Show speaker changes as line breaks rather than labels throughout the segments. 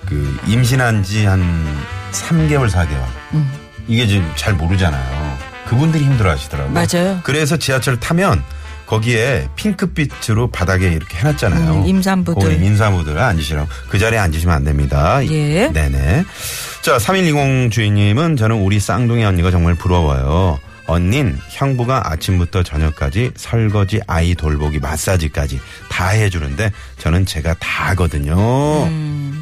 그 임신한 지 한 3개월 4개월
음.
이게 지금 잘 모르잖아요. 그분들이 힘들어하시더라고요.
맞아요.
그래서 지하철 타면 거기에 핑크빛으로 바닥에 이렇게 해놨잖아요.
음, 임산부들.
거기 임산부들 앉으시라고 그 자리에 앉으시면 안 됩니다.
예.
네네. 자, 3120 주인님은 저는 우리 쌍둥이 언니가 정말 부러워요. 언닌 형부가 아침부터 저녁까지 설거지, 아이 돌보기, 마사지까지 다 해주는데 저는 제가 다 하거든요.
음.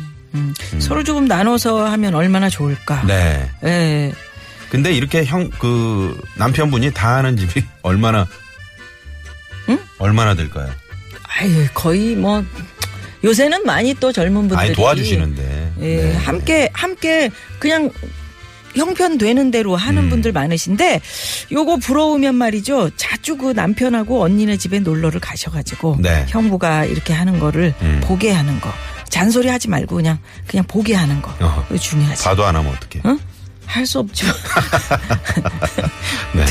서로 조금 나눠서 하면 얼마나 좋을까.
네.
예.
근데 이렇게 형, 그, 남편분이 다 하는 집이 얼마나,
응?
얼마나 될까요?
아유 거의 뭐 요새는 많이 또 젊은 분들이
아니, 도와주시는데.
예,
네.
함께 함께 그냥 형편 되는 대로
음.
하는 분들 많으신데 요거 부러우면 말이죠. 자주 그 남편하고 언니네 집에 놀러를 가셔가지고
네.
형부가 이렇게 하는 거를
음.
보게 하는 거 잔소리 하지 말고 그냥 그냥 보게 하는 거
어허.
그거 중요하지.
다도 안 하면 어떡해.
응? 할 수 없죠.
네.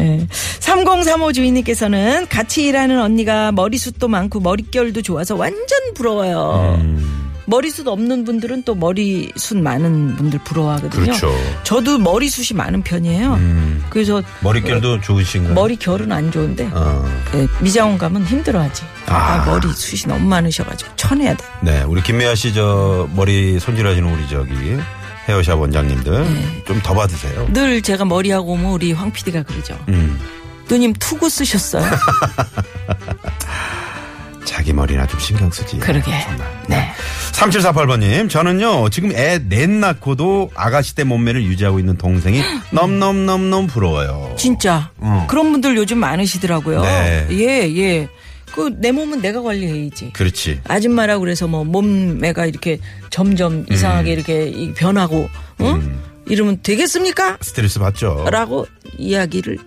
예. 3035 주인님께서는 같이 일하는 언니가 머리숱도 많고 머릿결도 좋아서 완전 부러워요.
음,
머리숱 없는 분들은 또 머리숱 많은 분들 부러워하거든요.
그렇죠.
저도 머리숱이 많은 편이에요.
음.
그래서
머릿결도 좋으신가요?
머리 결은 안 좋은데
어.
예, 미장원 가면 힘들어하지. 아,
아.
머리숱이 너무 많으셔가지고 쳐내야 돼.
네, 우리 김미아 씨 저 머리 손질하시는 우리 저기 헤어샵 원장님들
네.
좀 더 받으세요.
늘 제가 머리하고 오면 우리 황 PD가 그러죠.
음,
누님 투구 쓰셨어요?
자기 머리나 좀 신경 쓰지.
그러게.
정말.
네.
3748번님, 저는요, 지금 애 넷 낳고도 아가씨 때 몸매를 유지하고 있는 동생이 넘넘넘넘 부러워요.
진짜
어.
그런 분들 요즘 많으시더라고요.
네.
예, 예. 그 내 몸은 내가 관리해야지.
그렇지.
아줌마라 그래서 뭐 몸매가 이렇게
음.
점점 이상하게 이렇게 이- 변하고 응? 이러면 되겠습니까?
스트레스 받죠.
라고 이야기를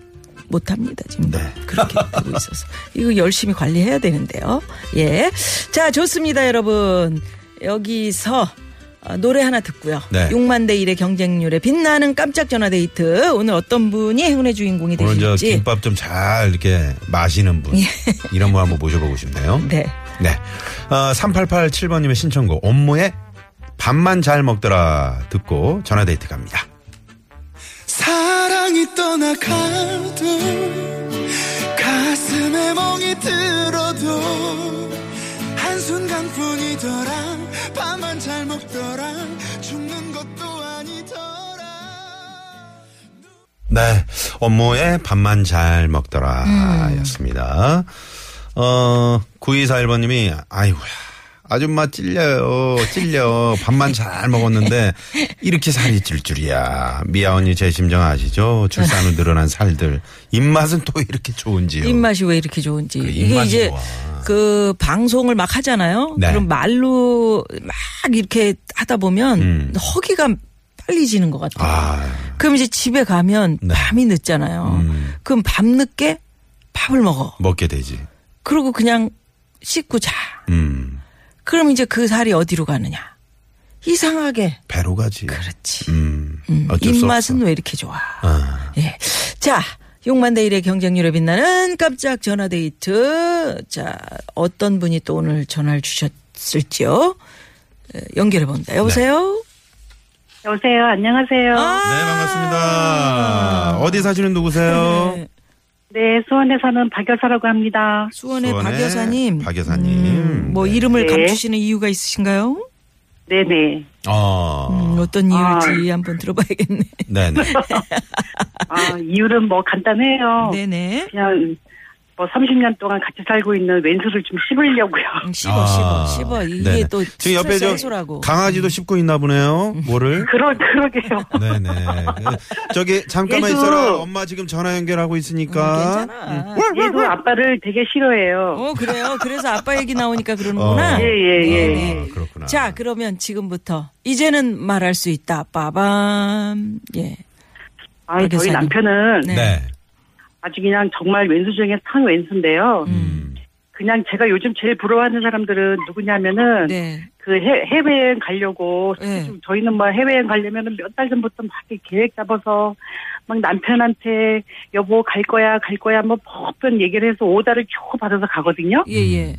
못 합니다 지금
어. 네.
그렇게 되고 있어서 이거 열심히 관리해야 되는데요. 예, 자 좋습니다 여러분 여기서 어, 노래 하나 듣고요.
네.
6만 대 1의 경쟁률에 빛나는 깜짝 전화 데이트 오늘 어떤 분이 행운의 주인공이
오늘 저
되실지 예.
김밥 좀 잘 이렇게 마시는 분. 이런 분 한번 모셔보고 싶네요.
네.
네. 어, 3887번님의 신청곡, 업무에 밥만 잘 먹더라 듣고 전화데이트 갑니다.
사랑이 떠나가도 가슴에 멍이 들어도 한순간뿐이더라 밥만 잘 먹더라 죽는 것도 아니더라
네. 업무에 밥만 잘 먹더라
음.
였습니다. 어, 9241번님이, 아이고야. 아줌마 찔려요. 찔려. 밥만 잘 먹었는데 이렇게 살이 찔 줄이야. 미아 언니 제 심정 아시죠? 출산 후 늘어난 살들. 입맛은 또 이렇게 좋은지요.
입맛이 왜 이렇게 좋은지
예. 그래,
이게
입맛이
이제
좋아.
그 방송을 막 하잖아요.
네.
그럼 말로 막 이렇게 하다 보면
음.
허기가 빨리 지는 것 같아요.
아,
그럼 이제 집에 가면
네.
밤이 늦잖아요.
음.
그럼 밤늦게 밥을 먹어.
먹게 되지.
그러고 그냥 씻고 자.
음.
그럼 이제 그 살이 어디로 가느냐. 이상하게.
배로 가지.
그렇죠. 그렇지.
음,
음,
어쩔 수
입맛은
없어.
왜 이렇게 좋아?
아,
예. 자, 6만 대 1의 경쟁률에 빛나는 깜짝 전화 데이트. 자, 어떤 분이 또 오늘 전화를 주셨을지요? 에, 연결해 봅니다. 여보세요?
여보세요. 안녕하세요.
아,
네, 반갑습니다. 어디 사시는 누구세요?
네.
네, 수원에 사는 박여사라고 합니다.
수원의
수원의
박 여사님.
박 여사님.
뭐
네.
이름을
네.
감추시는 이유가 있으신가요?
네네.
어,
음, 어떤 이유일지 한번 들어봐야겠네.
네네.
아, 이유는 뭐 간단해요.
네네.
그냥 뭐 30년 동안 같이 살고 있는 왼수를 좀 씹으려고요.
음, 씹어,
아,
씹어, 씹어. 이게
네네.
또
지금 옆에 저
해소라고. 음.
강아지도 씹고 있나 보네요. 뭐를?
그러, 그러게요.
네네. 그, 저기 잠깐만
얘도-
있어라. 엄마 지금 전화 연결하고 있으니까.
음,
어,
괜찮아.
얘도 아빠를 되게 싫어해요.
어, 그래요. 그래서 아빠 얘기 나오니까 그러는구나.
어.
예, 예, 예.
아,
네,
그렇구나.
자, 그러면 지금부터 이제는 말할 수 있다. 빠밤. 예.
아, 저희
박여사님.
남편은
네.
네.
아주 그냥 정말 왼수 중에 선 왼수인데요.
음.
그냥 제가 요즘 제일 부러워하는 사람들은 누구냐면은
네.
그 해, 해외여행 가려고
네.
좀 저희는 뭐 해외여행 가려면은 몇 달 전부터 막 이렇게 계획 잡아서 막 남편한테 여보 갈 거야 갈 거야 뭐 퍽번 얘기를 해서 오다를 쭉 받아서 가거든요.
예, 예.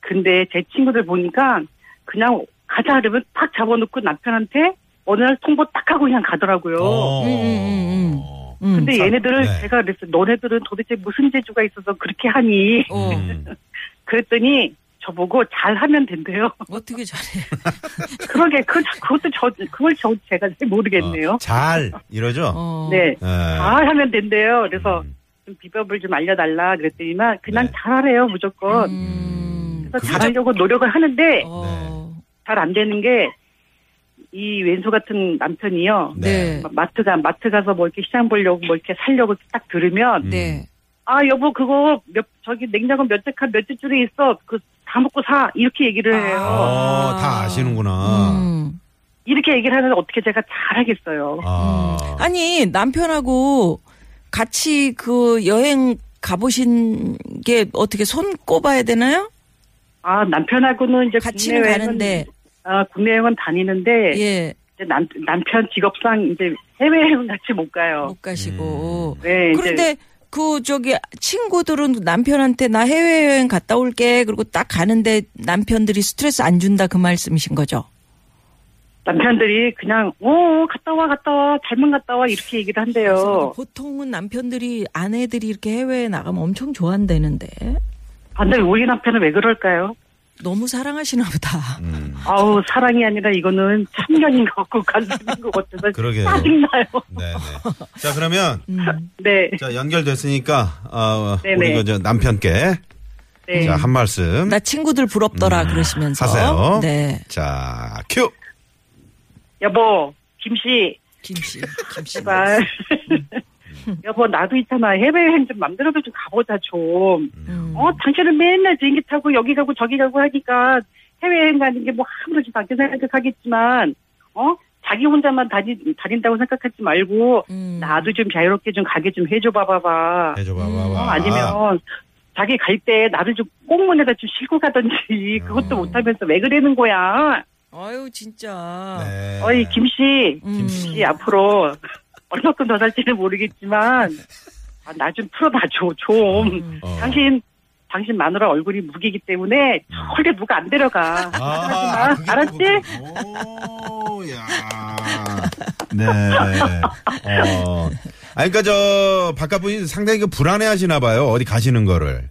근데 제 친구들 보니까 그냥 가자 그러면 탁 잡아놓고 남편한테 어느 날 통보 딱 하고 그냥 가더라고요.
어.
음, 음, 음.
근데 얘네들은
네.
제가 그랬어요. 너네들은 도대체 무슨 재주가 있어서 그렇게 하니?
어,
음.
그랬더니 저보고 잘하면 된대요.
어떻게 잘해.
그러게 그 그것도 저 그걸 저 제가 잘 모르겠네요.
어, 잘 이러죠.
어.
네.
예.
잘 하면 된대요. 그래서
음.
좀 비법을 좀 알려달라 그랬더니만 그냥
네.
잘하래요 무조건.
음.
그래서
그게-
잘하려고 노력을 하는데
어.
잘 안 되는 게 이 왼수 같은 남편이요.
네.
막 마트 가 마트 가서 뭐 이렇게 시장 보려고 뭐 이렇게 살려고 딱 들으면
음.
네.
아 여보 그거 몇 저기 냉장고 몇 칸 몇째 줄에 있어 그 다 먹고 사 이렇게 얘기를 해요.
어, 다 아시는구나.
음.
이렇게 얘기를 하는데 어떻게 제가 잘하겠어요.
아.
아니, 남편하고 같이 그 여행 가보신 게 어떻게 손 꼽아야 되나요?
아 남편하고는 이제
같이는
국내여행은-
가는데.
아, 국내여행은 다니는데
예.
이제 남, 남편 직업상 이제 해외여행 같이 못 가요.
못
음.
가시고.
네, 이제
어. 그런데 그 저기 친구들은 남편한테 나 해외여행 갔다 올게 그리고 딱 가는데 남편들이 스트레스 안 준다 그 말씀이신 거죠?
남편들이 그냥 어 갔다 와 갔다 와 잘만 갔다 와 이렇게 얘기를 한대요.
보통은 남편들이 아내들이 이렇게 해외에 나가면 엄청 좋아한다는데
반대 로 우리 남편은 왜 그럴까요?
너무 사랑하시나 보다.
음.
아우 사랑이 아니라 이거는 참견인 것 같고 간섭인 것 같아서
그러게요.
짜증나요.
네네. 자 그러면
음.
네,
자 연결됐으니까 어,
네네.
우리 그저 남편께
네.
자 한 말씀.
나 친구들 부럽더라
음,
그러시면서.
하세요.
네.
자 큐.
여보 김씨
김씨, 김씨.
제발.
음.
여보 나도 있잖아 해외여행 좀 맘대로도 좀 가보자 좀.
음.
어, 당신은 맨날 비행기 타고 여기 가고 저기 가고 하니까 해외여행 가는 게 뭐 아무렇지 않게 생각하겠지만, 어? 자기 혼자만 다니, 다닌다고 생각하지 말고,
음.
나도 좀 자유롭게 좀 가게 좀 해줘 봐봐봐.
해줘 봐봐.
음.
어, 아니면, 자기 갈 때 나를 좀 꽁문에다 좀 싣고 가든지, 그것도
음.
못하면서 왜 그러는 거야?
아유 진짜.
네.
어이, 김씨.
음.
씨 앞으로, 얼마큼 더 살지는 모르겠지만, 아, 나 좀 풀어봐줘, 좀.
어.
당신 당신 마누라 얼굴이 무기기 때문에 절대 누가 안 데려가.
아, 그게 또
알았지?
그거구나. 오, 야. 네. 어. 아, 그러니까 저 바깥 분이 상당히 그 불안해하시나 봐요. 어디 가시는 거를.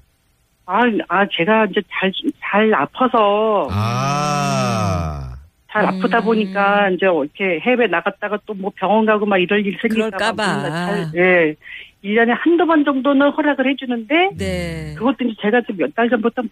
아, 아 제가 이제 잘 잘 아파서
아.
잘 아프다 보니까 이제 이렇게 해외 나갔다가 또 뭐 병원 가고 막 이럴 일뭐
그럴까
생길까
봐.
예. 1년에 한두 번 정도는 허락을 해 주는데
네.
음.
그것도 이제 제가 지금 몇 달 전부터 막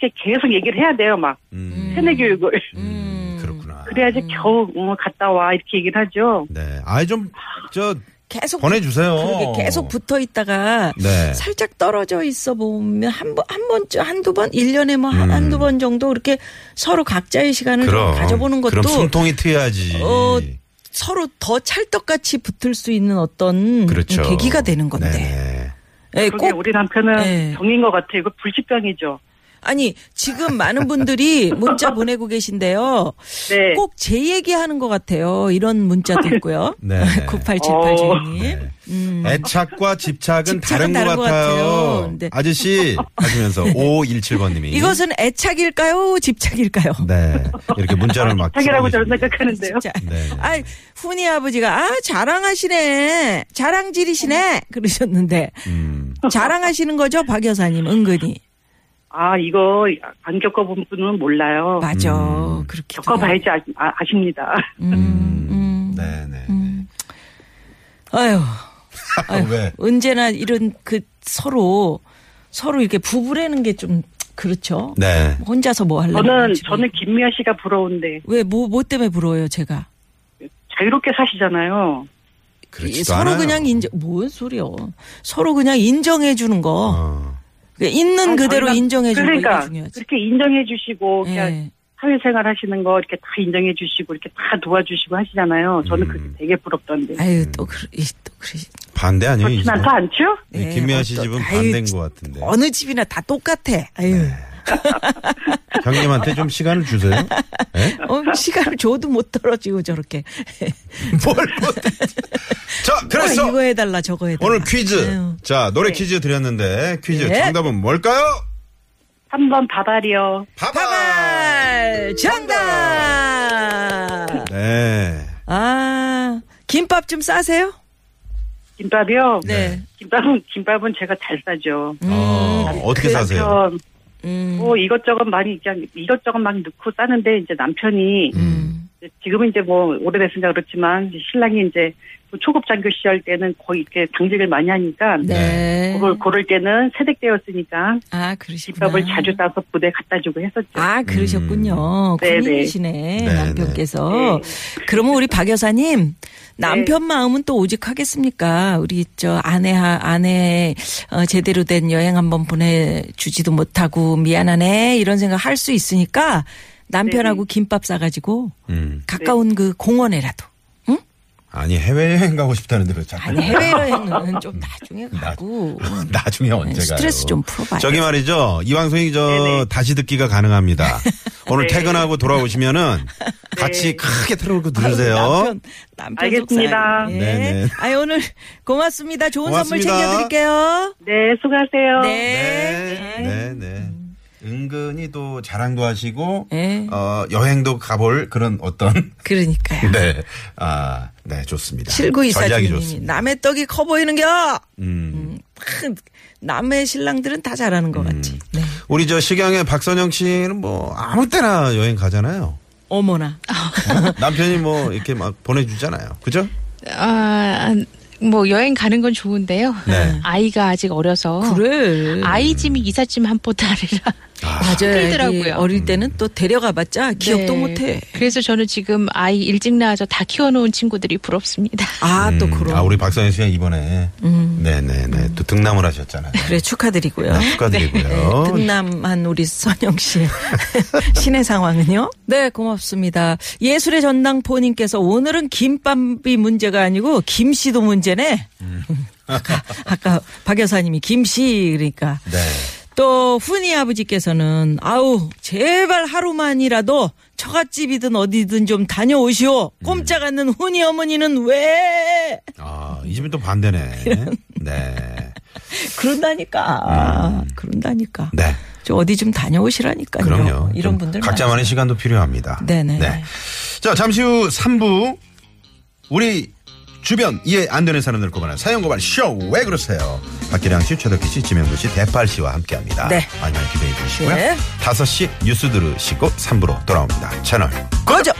이렇게 계속 얘기를 해야 돼요. 막
음.
세뇌 교육을.
음, 그렇구나.
그래야지 겨우 어, 갔다 와 이렇게 얘기를 하죠.
네. 아, 좀 저
계속
보내주세요.
그러게 계속 붙어 있다가
네.
살짝 떨어져 있어 보면 한 번 한 번쯤 한두 번 일년에뭐 한-
음.
한두 번 정도 이렇게 서로 각자의 시간을 좀
그럼.
음, 가져보는 것도
그럼 숨통이 트여야지.
어, 서로 더 찰떡같이 붙을 수 있는 어떤
그렇죠.
계기가 되는 건데.
네네.
예,
그게
꼭
우리 남편은
네.
병인 것 같아요. 이거 불치병이죠.
아니 지금 많은 분들이 문자 보내고 계신데요.
네.
꼭 제 얘기하는 것 같아요. 이런 문자도 있고요.
네.
9878 주인님. 음.
네. 애착과 집착은, 다른, 것 같아요.
근데-
아저씨 하시면서 517번님이
네. 이것은 애착일까요? 집착일까요?
네 이렇게 문자를 막
자기라고 저는
치고 계십니다.
생각하는데요.
진짜.
네.
아, 훈이 아버지가 아 자랑하시네, 자랑질이시네 그러셨는데
음,
자랑하시는 거죠, 박 여사님 은근히
아 이거 안 겪어본 분은 몰라요.
맞아
음.
그렇게
겪어봐야지 아, 아, 아십니다.
음, 음.
네, 네.
아유,
왜?
언제나 이런 그 서로 서로 이렇게 부부라는 게 좀 그렇죠.
네.
혼자서 뭐 하려고
저는
그러지.
저는 김미아 씨가 부러운데
왜뭐뭐 때문에 부러워요 제가
자유롭게 사시잖아요.
그렇지도
예, 서로
않아요.
그냥 인정 뭔 소리요 서로 그냥 인정해 주는 거
어.
그러니까 있는
아니,
그대로
저희가-
인정해 주는
그러니까
거 이게 중요하지
그렇게 인정해 주시고 그냥
예.
사회생활 하시는 거 이렇게 다 인정해 주시고 이렇게 다 도와주시고 하시잖아요. 저는
음.
그게 되게 부럽던데.
아유 또 그러 이, 또 그러
반대 아니에요? 이
그렇진
집은?
않다 않죠?
이
네,
김미아 씨
어떤-
집은
아유,
반대인 것 같은데.
어느 집이나 다 똑같아 아유
네. 형님한테 좀 시간을 주세요. 예?
어, 시간을 줘도 못 떨어지고 저렇게
뭘 못해. 자,
어,
그래서
이거 해달라 저거 해달라
오늘 퀴즈.
아유.
자, 노래 퀴즈 드렸는데 퀴즈
네.
정답은 뭘까요?
한 번 바바리요.
봐봐.
파발 정답
네.
아 김밥 좀 싸세요
김밥이요.
네.
김밥은 김밥은 제가 잘 싸죠.
음, 그렇죠.
어, 어떻게 사세요?
남편 뭐 이것저것 많이 그냥 이것저것 막 넣고 싸는데 이제 남편이
음.
이제 지금은 이제 뭐 오래됐으니까 그렇지만 이제 신랑이 이제 그 초급 장교 시절 때는 거의 이렇게 당직을 많이 하니까
네.
그걸 고를 때는 세댁때였으니까
아, 그러시구나.
네.
김밥을 자주 싸서 부대 갖다 주고 했었죠.
아, 그러셨군요.
음. 네네.
군인이시네,
네네.
남편께서.
네.
그러면 우리 박 여사님, 남편 마음은 또 오직 하겠습니까? 우리 저 아내, 하 아내, 어, 제대로 된 여행 한번 보내주지도 못하고 미안하네, 이런 생각 할 수 있으니까
네,
남편하고 김밥 싸가지고
음.
가까운 그 공원에라도.
아니, 해외여행 가고 싶다는데 왜 자꾸.
아니, 해외여행은 좀 나중에 가고.
어, 나중에 언제 가요?
스트레스 좀 풀어봐요.
저기 말이죠. 이 방송이 저
네네.
다시 듣기가 가능합니다. 오늘
네.
퇴근하고 돌아오시면은 같이 크게 틀어놓고 들으세요.
네. 남편, 남편
알겠습니다.
속상해.
네네.
아유, 오늘 고맙습니다. 좋은
고맙습니다.
선물 챙겨드릴게요.
네, 수고하세요.
네.
네, 네, 네. 은근히 또 자랑도 하시고
네.
어, 여행도 가볼 그런 어떤
그러니까요.
네, 아, 네 좋습니다. 전략이
칠구이사님이
좋습니다.
남의 떡이 커 보이는겨.
음.
음, 팍, 남의 신랑들은 다 잘하는 것 같지. 네.
우리 저 식양의 박선영 씨는 뭐 아무 때나 여행 가잖아요.
어머나.
남편이 뭐 이렇게 막 보내주잖아요. 그죠?
아, 뭐 여행 가는 건 좋은데요.
네.
아이가 아직 어려서
그래.
아이 짐이 이사 짐 한 보따리라
맞아요.
힘들더라고요.
애기 어릴 때는 또 데려가봤자 기억도
네.
못해.
음.
그래서 저는 지금 아이 일찍 낳아서 다 키워놓은 친구들이 부럽습니다.
아, 또 그런. 음.
아, 우리 박선영 씨가 이번에 네네네 또 등남을 하셨잖아요.
그래, 축하드리고요.
네, 축하드리고요.
네, 등남한 우리 선영 씨 신의 상황은요? 네, 고맙습니다. 예술의 전당포님께서 오늘은 김밥이 문제가 아니고 김씨도 문제네.
음.
아까, 아까 박 여사님이 김씨 그러니까
네.
또 훈이 아버지께서는 아우 제발 하루만이라도 처갓집이든 어디든 좀 다녀오시오.
음.
꼼짝 않는 훈이 어머니는 왜
아, 이 집은 또 반대네. 네.
그런다니까. 그런다니까.
음. 네.
저 어디 좀 다녀오시라니까요.
그럼요.
이런
좀
분들
각자만의 시간도 필요합니다.
네네.
자, 잠시 후 3부 우리 주변 이해 안 되는 사람들 고발한 사연 고발 쇼 왜 그러세요? 박기량 씨, 최덕기 씨, 지명도 씨, 대팔 씨와 함께합니다.
네.
많이 많이 기대해 주시고요.
네.
5시 뉴스 들으시고 3부로 돌아옵니다. 채널
거죠.